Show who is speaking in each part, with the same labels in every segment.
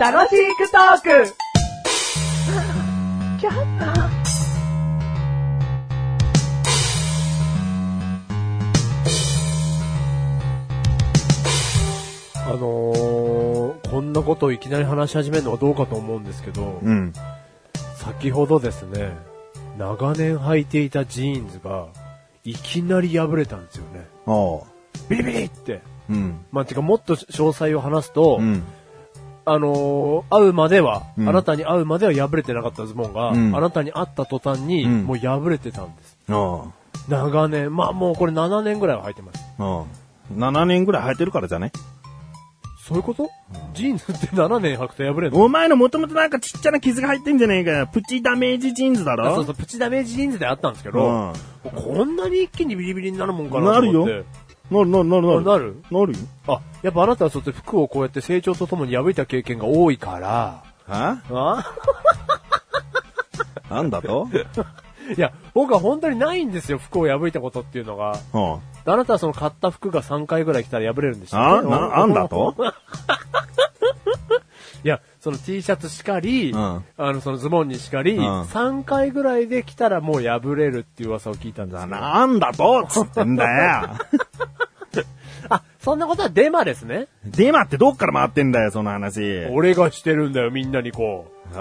Speaker 1: 楽しくトーク
Speaker 2: あのー、こんなことをいきなり話し始めるのはどうかと思うんですけど、
Speaker 3: うん。
Speaker 2: 先ほどですね、長年履いていたジーンズが、いきなり破れたんですよね。
Speaker 3: おう。
Speaker 2: ビリビリって。
Speaker 3: うん。
Speaker 2: まあ、てかもっと詳細を話すと、
Speaker 3: うん。
Speaker 2: あのー会うまでは、
Speaker 3: うん
Speaker 2: あなたに会うまでは破れてなかったズボンが、
Speaker 3: うん
Speaker 2: あなたに会った途端に、
Speaker 3: うん
Speaker 2: もう破れてたんです。
Speaker 3: おう。
Speaker 2: 長年、まあもうこれ7年ぐらいは履いてます。
Speaker 3: おう。7年ぐらい履いてるからじゃね
Speaker 2: そういうこと、ジーンズって7年履くと破れるの
Speaker 3: お前のもともとなんかちっちゃな傷が入ってんじゃねえかよ。プチダメージジーンズだろ
Speaker 2: そうそう、プチダメージジーンズであったんですけ
Speaker 3: う
Speaker 2: ど、こんなに一気にビリビリになるもんかな
Speaker 3: な
Speaker 2: と
Speaker 3: るよ
Speaker 2: 思って。。
Speaker 3: なるなるなるなる。
Speaker 2: なる
Speaker 3: なるよ。
Speaker 2: あ、やっぱあなたはそうやって服をこうやって成長とともに破いた経験が多いから、
Speaker 3: は
Speaker 2: あ
Speaker 3: なんだ と
Speaker 2: いや、僕は本当にないんですよ、服を破いたことっていうのが。
Speaker 3: うん。
Speaker 2: あなたはその買った服が3回ぐらい着たら破れるんでした
Speaker 3: あな、あんだと
Speaker 2: いや、その T シャツしかり、
Speaker 3: うん
Speaker 2: あの、そのズボンにしかり、
Speaker 3: ん
Speaker 2: 3回ぐらいで着たらもう破れるっていう噂を聞いたんです
Speaker 3: あ
Speaker 2: よ
Speaker 3: な、あんだとつってんだよ。
Speaker 2: あ、そんなことはデマですね。
Speaker 3: デマってどっから回ってんだよ、その話。おう。
Speaker 2: 俺がしてるんだよ、みんなにこう。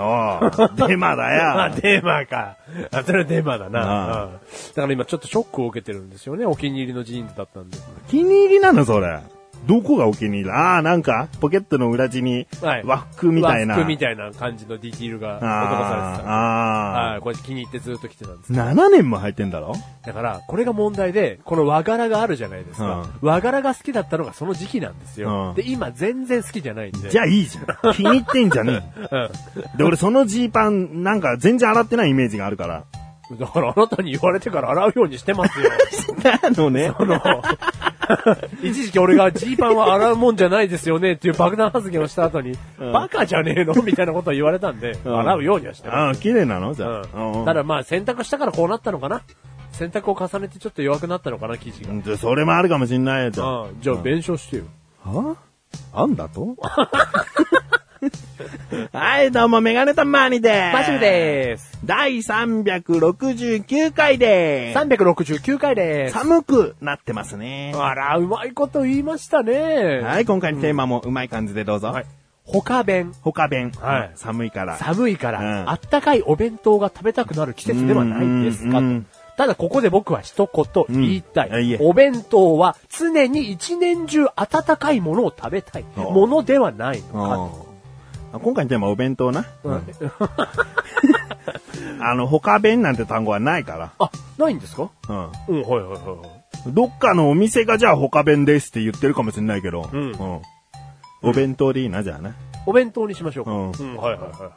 Speaker 3: デマだ
Speaker 2: あ、
Speaker 3: よ。
Speaker 2: デマか。あ、それはデマだな。
Speaker 3: う
Speaker 2: うんだから今ちょっとショックを受けてるんですよね、お気に入りのジーンズだったんで。
Speaker 3: お気に入りなの、それ。どこがお気に入りああ、なんか、ポケットの裏地に、和服みたいな。
Speaker 2: 和服みたいな感じのディティールが施されてた。
Speaker 3: あーあ
Speaker 2: はい、これ気に入ってずっと着てたんです。
Speaker 3: ー。7年も履いてんだろ
Speaker 2: だから、これが問題で、この和柄があるじゃないですか。和柄が好きだったのがその時期なんですよ。
Speaker 3: うん
Speaker 2: で、今全然好きじゃないんで。
Speaker 3: じゃあいいじゃん。気に入ってんじゃね え。で、俺そのジーパン、なんか全然洗ってないイメージがあ るから。
Speaker 2: だからあなたに言われてから洗うようにしてますよ。
Speaker 3: なのね。
Speaker 2: あの、 一時期俺がジーパンは洗うもんじゃないですよねっていう爆弾発言をした後に、
Speaker 3: うん
Speaker 2: バカじゃねえのみたいなことを言われたんで、
Speaker 3: うん
Speaker 2: 洗うようにはしてます。
Speaker 3: ああ、綺麗なのじゃあ。
Speaker 2: う
Speaker 3: うん
Speaker 2: ん。ただまあ洗濯したからこうなったのかな洗濯を重ねてちょっと弱くなったのかな生地が。
Speaker 3: じゃあそれもあるかもしんないよ、じゃあ。
Speaker 2: うん。じゃあ弁償してよ。
Speaker 3: はあん だとはい、どうも、メガネたまーにでーす。
Speaker 2: マシュルでーす。
Speaker 3: 第369回でーす。
Speaker 2: 369回です。
Speaker 3: 寒くなってますね。
Speaker 2: あら、うまいこと言いましたね。
Speaker 3: はい、今回のテーマもうまい感じでどうぞ。
Speaker 2: はい。他弁。
Speaker 3: 他弁。
Speaker 2: はい
Speaker 3: 寒いから。
Speaker 2: 寒いから、
Speaker 3: うん
Speaker 2: あったかいお弁当が食べたくなる季節ではないですか
Speaker 3: うんうんうん。
Speaker 2: ただここで僕は一言言いたい。
Speaker 3: うんあいいえ
Speaker 2: お弁当は常に一年中温かいものを食べたい
Speaker 3: お
Speaker 2: ものではないのか。
Speaker 3: うん今回のテーマはお弁当な。
Speaker 2: うん
Speaker 3: あの、他弁なんて単語はないか。
Speaker 2: あ、ないんですからうん、はいはいはいはい。
Speaker 3: うん。どっかのお店がじゃあ他弁ですって言ってるかもしれないけど。
Speaker 2: うん
Speaker 3: お弁当でいいな、じゃあね。
Speaker 2: お弁当にしましょうか。
Speaker 3: うん
Speaker 2: うん、はいはいはいはい。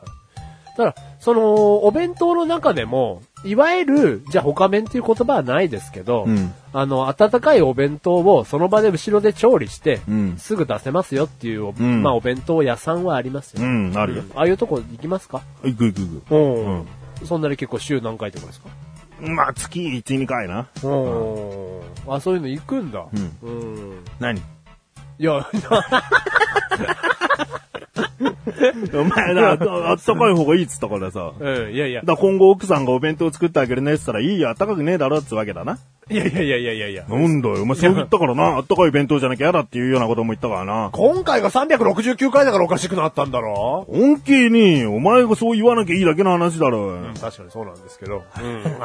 Speaker 2: ただ、その、お弁当の中でも、いわゆる、じゃあ他弁っていう言葉はないですけど、
Speaker 3: うん
Speaker 2: あの、温かいお弁当をその場で後ろで調理して、
Speaker 3: うん
Speaker 2: すぐ出せますよっていう、
Speaker 3: ん
Speaker 2: まあお弁当屋さんはありますよ。
Speaker 3: うん、ある
Speaker 2: う
Speaker 3: よ
Speaker 2: ん。ああいうとこ行きますか
Speaker 3: 行く行く行
Speaker 2: うん。そんなに結構週何回とかですか
Speaker 3: く。まあ、月1、2回な。
Speaker 2: うん。あ、そういうの行くんだ。うん。
Speaker 3: 何
Speaker 2: いや、
Speaker 3: お前ら、ああったかい方がいいっつったからさ。
Speaker 2: うん、いやいや
Speaker 3: だ。から今後奥さんがお弁当作ってあげるねっつったら、いいよ、あったかくねえだろっつうわけだな。
Speaker 2: いやいやいやいやいやいや。
Speaker 3: なんだよ、お前そう言ったからな、あったかい弁当じゃなきゃ嫌だっていうようなことも言ったからな。
Speaker 2: 今回が369回だからおかしくなったんだろ
Speaker 3: 恩恵に、お前がそう言わなきゃいいだけの話だろ。
Speaker 2: 確かにそうなんですけど、あ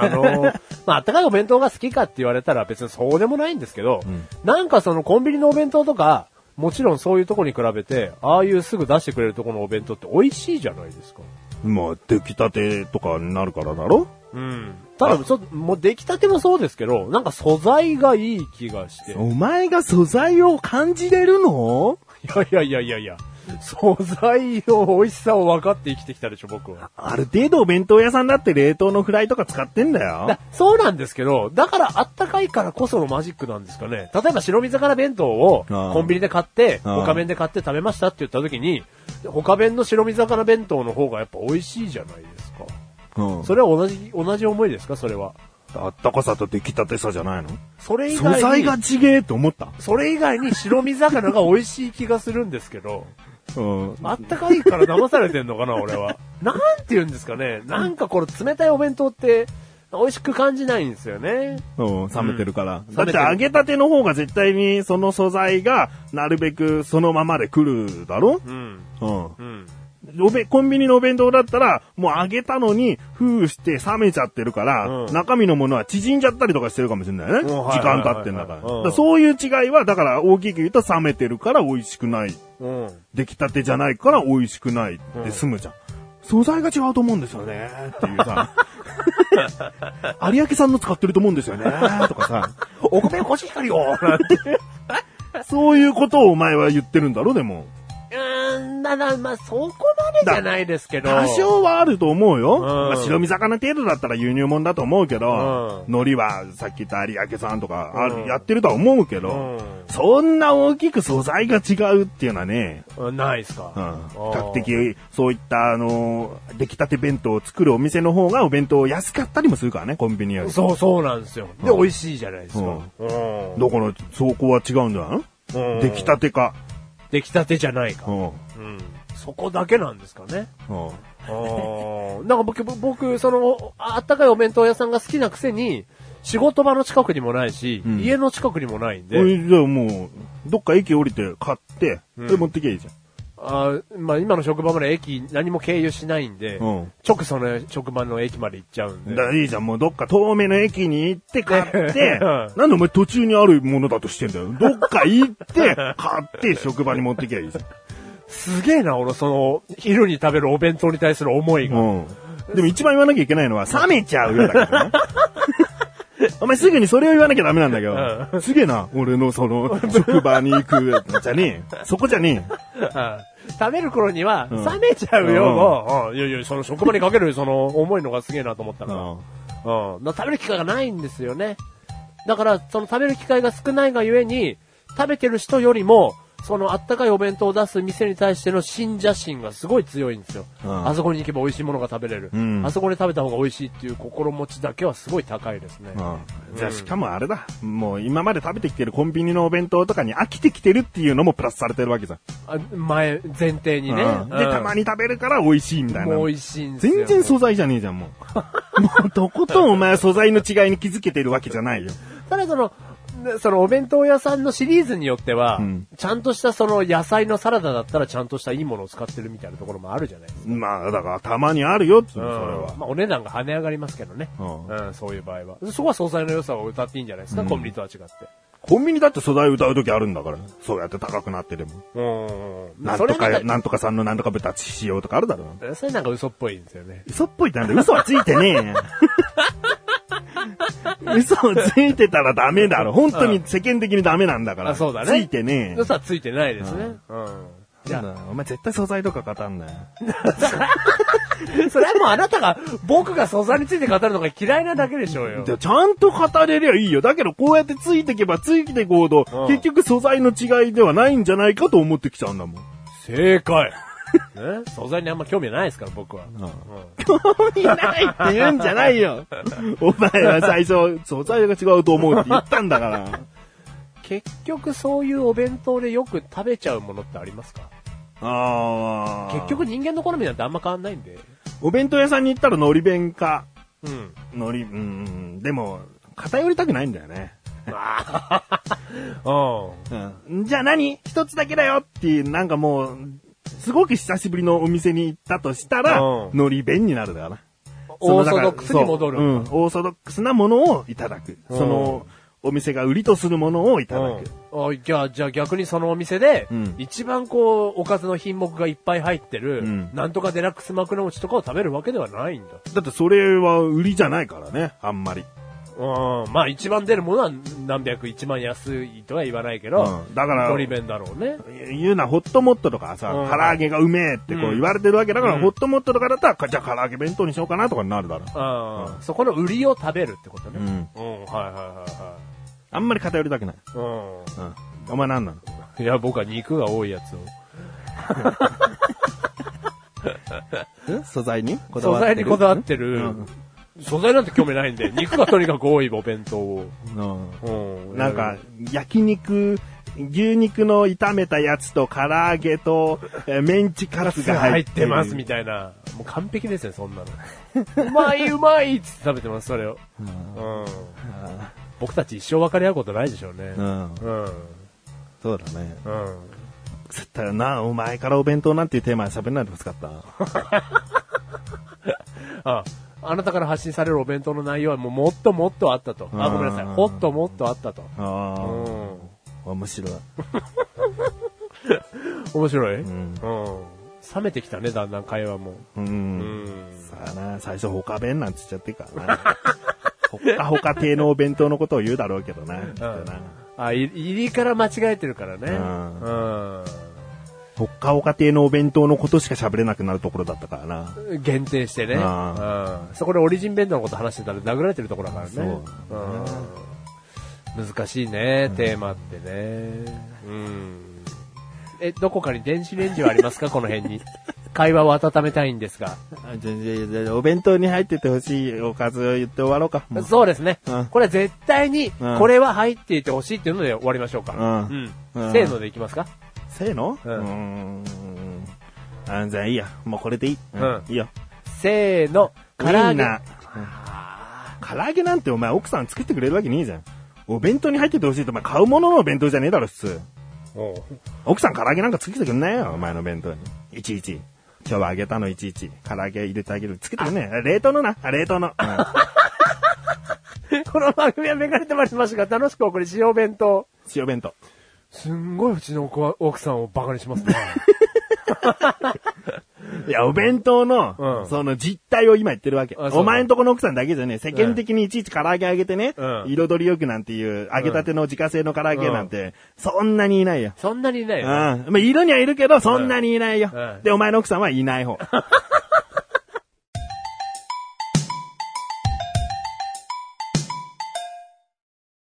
Speaker 2: のー、 まあ、あったかいお弁当が好きかって言われたら別にそうでもないんですけど、なんかそのコンビニのお弁当とか、もちろんそういうとこに比べて、ああいうすぐ出してくれるとこのお弁当って美味しいじゃないですか。
Speaker 3: まあ、出来たてとかになるからだろ
Speaker 2: うん。ただ、ちょもう出来たてもそうですけど、なんか素材がいい気がして。い
Speaker 3: お前が素材を感じれるの
Speaker 2: やいやいやいやいや、素材を美味しさを分かって生きてきたでしょ、僕は。
Speaker 3: ある程度お弁当屋さんだって冷凍のフライとか使ってんだよ
Speaker 2: だ。そうなんですけど、だからあったかいからこそのマジックなんですかね。例えば白身魚弁当を
Speaker 3: ああ
Speaker 2: コンビニで買って、
Speaker 3: ああ
Speaker 2: 他弁で買って食べましたって言った時に、他弁の白身魚弁当の方がやっぱ美味しいじゃないですか。
Speaker 3: うん
Speaker 2: それは同じ、同じ思いですかそれは。
Speaker 3: あったかさと出来たてさじゃないの
Speaker 2: それ以外
Speaker 3: 素
Speaker 2: に
Speaker 3: 材がちげえと思った。
Speaker 2: それ以外に白身魚が美味しい気がするんですけ ど、
Speaker 3: うん。
Speaker 2: あったかいから騙されてんのかな、俺は。なんて言うんですかね。なんかこれ冷たいお弁当って、美味しく感じないんですよね。
Speaker 3: うん、冷めてるから。
Speaker 2: ん
Speaker 3: だ
Speaker 2: 冷
Speaker 3: って
Speaker 2: めてる
Speaker 3: 揚げたての方が絶対にその素材がなるべくそのままで来るだろ
Speaker 2: うん。
Speaker 3: うん。
Speaker 2: うん。
Speaker 3: おべ、コンビニのお弁当だったら、もう揚げたのに、封して冷めちゃってるから、
Speaker 2: うん
Speaker 3: 中身のものは縮んじゃったりとかしてるかもしれないね。
Speaker 2: うん
Speaker 3: 時
Speaker 2: はいはいはい
Speaker 3: 間経ってんだから。
Speaker 2: うん
Speaker 3: だからそういう違いは、だから大きく言うと冷めてるから美味しくない。
Speaker 2: うん。
Speaker 3: 出来たてじゃないから美味しくないで済むじゃん。素材が違うと思うんですよね。っていう さ。有明さんの使ってると思うんですよね。とかさ。
Speaker 2: お米コシヒカリよなんて。
Speaker 3: そういうことをお前は言ってるんだろ、でも。
Speaker 2: うーん、だな、まあ、そこまでじゃないですけど。
Speaker 3: 多少はあると思うよ。
Speaker 2: ん
Speaker 3: まあ、白身魚程度だったら輸入物だと思うけ
Speaker 2: う
Speaker 3: ど、海苔はさっき言った有明さんとかある、
Speaker 2: うん
Speaker 3: やってるとは思うけど、そんな大きく素材が違うっていうのはね、
Speaker 2: うん。ないっすか。
Speaker 3: う
Speaker 2: あ
Speaker 3: ん、比
Speaker 2: ー
Speaker 3: 較的そういった、あのー、出来たて弁当を作るお店の方がお弁当安かったりもするからね、コンビニより。
Speaker 2: そうそうなんですよ。で、
Speaker 3: うん
Speaker 2: 美味しいじゃないですか。うん。
Speaker 3: だから、そこは違うんじゃない
Speaker 2: うん
Speaker 3: 出来たてか。
Speaker 2: 出来たてじゃないか
Speaker 3: う。ん。うん。
Speaker 2: うん。そこだけなんですかね。ああ、なんか僕、僕、その、ああったかいお弁当屋さんが好きなくせに、仕事場の近くにもないし、
Speaker 3: ん
Speaker 2: 家の近くにもないんで、
Speaker 3: おいじゃあもう、どっか駅降りて買って、
Speaker 2: うん
Speaker 3: で持ってきゃいいじ
Speaker 2: あーまあ今の職場まで駅何も経由しないんで、
Speaker 3: ゃん。うん。
Speaker 2: 直その職場の駅まで行っちゃうんで。
Speaker 3: だいいじゃん、もうどっか遠目の駅に行って買 って、
Speaker 2: うん
Speaker 3: なんでお前途中にあるものだとしてんだよ。どっか行って、 買って職場に持ってきゃいいじゃ
Speaker 2: すげえな、俺、その、昼に食べるお弁当に対する思い
Speaker 3: ん。
Speaker 2: が。
Speaker 3: うん。でも一番言わなきゃいけないのは、冷めちゃうよだからね。 お前すぐにそれを言わなきゃダメなんだけど、すげえな、俺のそ の、職場に行く、じゃね え。そこじゃねえ。
Speaker 2: はい食べる頃には、
Speaker 3: うん
Speaker 2: 冷めちゃうよ、
Speaker 3: うん
Speaker 2: もううん。いやいや、その職場にかけるその思いのがすげえなと思った
Speaker 3: う
Speaker 2: から。
Speaker 3: ん
Speaker 2: うん。だから食べる機会がないんですよね。だから、その食べる機会が少ないがゆえに、食べてる人よりも、そのあったかいお弁当を出す店に対しての信者心がすごい強いんですよ。
Speaker 3: うん
Speaker 2: あそこに行けば美味しいものが食べれる、
Speaker 3: うん
Speaker 2: あそこで食べた方が美味しいっていう心持ちだけはすごい高いですね。
Speaker 3: うんじゃあ、しかもあれだ。もう今まで食べてきてるコンビニのお弁当とかに飽きてきてるっていうのもプラスされてるわけさ。
Speaker 2: あ前、前提にね。
Speaker 3: うんで、たま
Speaker 2: に。
Speaker 3: に食べるから美味しいみたいな
Speaker 2: もう。美味しいんですよ。
Speaker 3: 全然素材じゃねえじゃん、も う。もう、とことんお前は素材の違いに気づけてるわけじゃないよ。
Speaker 2: ただその、ねそのお弁当屋さんのシリーズによっては、
Speaker 3: うん
Speaker 2: ちゃんとしたその野菜のサラダだったらちゃんとしたいいものを使ってるみたいなところもあるじゃないですか。
Speaker 3: まあ、だからたまにあるよ、それ
Speaker 2: うん
Speaker 3: は。
Speaker 2: まあお値段が跳ね上がりますけどね。
Speaker 3: うん
Speaker 2: うん、そういう場合は。そこは素材の良さを歌っていいんじゃないですか、コンビニとは違って。
Speaker 3: コンビニだって素材歌う時あるんだから。そうやって高くなってでも。
Speaker 2: うん。
Speaker 3: なん
Speaker 2: それ
Speaker 3: と
Speaker 2: な
Speaker 3: か、
Speaker 2: んか
Speaker 3: なんとかさんのなんとか豚しようとかあるだろ。
Speaker 2: それなんか嘘っぽいんですよね。
Speaker 3: 嘘っぽいってなんだよ嘘はついて ねえよ。嘘をついてたらダメだろ。本当に世間的にダメなんだから。
Speaker 2: あそうだね
Speaker 3: ついてねえ。
Speaker 2: 嘘はついてないですね。うん。じ
Speaker 3: なん
Speaker 2: ゃ
Speaker 3: だよお前絶対素材とか語んなよ。
Speaker 2: あ、それはもうあなたが、僕が素材について語るのが嫌いなだけでしょうよ。
Speaker 3: でちゃんと語れりゃいいよ。だけどこうやってついてけばついていこうと、
Speaker 2: うん
Speaker 3: 結局素材の違いではないんじゃないかと思ってきちゃうんだもん。
Speaker 2: 正 解。ね、素材にあんま興味ないですから、僕は。うん
Speaker 3: 興味ないって言うんじゃない よ。お前は最初、素材が違うと思うって言ったんだから。
Speaker 2: 結局そういうお弁当でよく食べちゃうものってありますか
Speaker 3: あー
Speaker 2: 結局、人間の好みなんてあんま変わんないんで。
Speaker 3: お弁当屋さんに行ったら海苔弁か。
Speaker 2: うん。
Speaker 3: 海苔、うん、でも、偏りたくないんだよね。
Speaker 2: ああ。うん。
Speaker 3: うん。じゃあ何一つだけだよっていう、なんかもう、すごく久しぶりのお店に行ったとしたら、
Speaker 2: うん
Speaker 3: 海苔弁になるだから。
Speaker 2: オーソドックスに戻る。
Speaker 3: そううん。オーソドックスなものをいただく。
Speaker 2: うん
Speaker 3: その、お店が売りとするものをいただく。
Speaker 2: うんあじゃあ、じゃあ逆にそのお店で、
Speaker 3: うん
Speaker 2: 一番こう、おかずの品目がいっぱい入ってる、
Speaker 3: うん
Speaker 2: なんとかデラックス枕餅とかを食べるわけではないんだ。
Speaker 3: だってそれは売りじゃないからね、あんまり。
Speaker 2: うん。まあ一番出るものは何百、一番安いとは言わないけど、
Speaker 3: うんだから
Speaker 2: ゴリ弁だろうね。
Speaker 3: 言うな、ホットモットとかさ、
Speaker 2: うん
Speaker 3: 唐揚げがうめえってこ
Speaker 2: う
Speaker 3: うん言われてるわけだから、
Speaker 2: うん
Speaker 3: ホットモットとかだったらか、じゃあ唐揚げ弁当にしようかなとかになるだろう。
Speaker 2: うん。そこの売りを食べるってことね。
Speaker 3: うん。
Speaker 2: うん、はいはいは
Speaker 3: あんまり偏りたくない。
Speaker 2: いは
Speaker 3: うん。お前なんなの
Speaker 2: い。うん。いや、僕は肉が多いやつを。
Speaker 3: 素材に
Speaker 2: 素材にこだわって
Speaker 3: う
Speaker 2: る
Speaker 3: ん
Speaker 2: 素材なんて興味ないん で、肉がとにかく多いお弁当を。
Speaker 3: うん
Speaker 2: うん。
Speaker 3: なんか、焼肉、牛肉の炒めたやつと唐揚げと、えーメンチカツ
Speaker 2: が
Speaker 3: が
Speaker 2: 入
Speaker 3: 入
Speaker 2: っ
Speaker 3: ってて
Speaker 2: ますみ
Speaker 3: た
Speaker 2: たいな。もう完璧ですね、そんな の。うまいうまいっつって食べてます、それを。うん。僕たち一生分かり合うことないでしょうね。
Speaker 3: うん。
Speaker 2: うん。
Speaker 3: そうだね。
Speaker 2: うん。
Speaker 3: つったらな、お前からお弁当なんていうテーマで喋んないでほしか った。
Speaker 2: あ、あなたから発信されるお弁当の内容はもうもっともっとあったと。あ、
Speaker 3: うん
Speaker 2: ごめんなさい。ほっともっとあったと。うん。
Speaker 3: ああ、面白い。
Speaker 2: 面白いうんん。冷めてきたね、だんだん会話も。
Speaker 3: う。
Speaker 2: うんん。
Speaker 3: さあな、最初ほか弁なんつっちゃってっからな。ほっかほか亭のお弁当のことを言うだろうけどな、きっとな。
Speaker 2: あ、い入りから間違えてるからね。
Speaker 3: うん
Speaker 2: うん。
Speaker 3: ほっかほか亭のお弁当のことしか喋れなくなるところだったからな。
Speaker 2: 限定してね。う
Speaker 3: あ
Speaker 2: ん。そこでオリジン弁当のこと話してたら殴られてるところだからね。
Speaker 3: そう
Speaker 2: うん。難しいね、テーマってね。うん。え、どこかに電子レンジはありますかこの辺に。会話を温めたいんですが。
Speaker 3: あじゃあじゃあじゃあお弁当に入っててほしいおかずを言って終わろうか。もう
Speaker 2: そうですね
Speaker 3: うん。
Speaker 2: これは絶対に、
Speaker 3: うん
Speaker 2: これは入っていてほしいっていうので終わりましょうか。
Speaker 3: う
Speaker 2: うん。
Speaker 3: うん
Speaker 2: せーのでいきますか
Speaker 3: せーのう
Speaker 2: うん
Speaker 3: ーん。あじゃあいいや。もうこれでいい。
Speaker 2: うん
Speaker 3: いいよ。
Speaker 2: せーの。
Speaker 3: ウイ
Speaker 2: 唐揚
Speaker 3: ン
Speaker 2: げ。
Speaker 3: ナー。唐揚げなんてお前奥さん作ってくれるわけねえじゃん。お弁当に入っててほしいとお前買うもののお弁当じゃねえだろ、普通。
Speaker 2: おう
Speaker 3: 奥さん唐揚げなんか作ってくんないよ、お前の弁当に。いちいち。今日は揚げたのいちいち。唐揚げ入れてあげる。作ってくんねえ。冷凍のな。あ冷凍の。うん
Speaker 2: この番組はめがれてまいりましたが、楽しくお送り、塩弁当。
Speaker 3: 塩弁当。
Speaker 2: すんごいうちの子は奥さんをバカにしますね。
Speaker 3: いや、お弁当の、
Speaker 2: うん
Speaker 3: その実態を今言ってるわけ。
Speaker 2: あそう
Speaker 3: お前んとこの奥さんだけじゃねえ。世間的にいちいち唐揚げ揚げてね、
Speaker 2: うん
Speaker 3: 彩りよくなんていう、揚げたての自家製の唐揚げなんて、そんなにいないよ。
Speaker 2: そんなにいない
Speaker 3: うん。
Speaker 2: よね。
Speaker 3: まあ、いるにはいるけど、そんなにいないよ
Speaker 2: うん。
Speaker 3: で、お前の奥さんはいない方。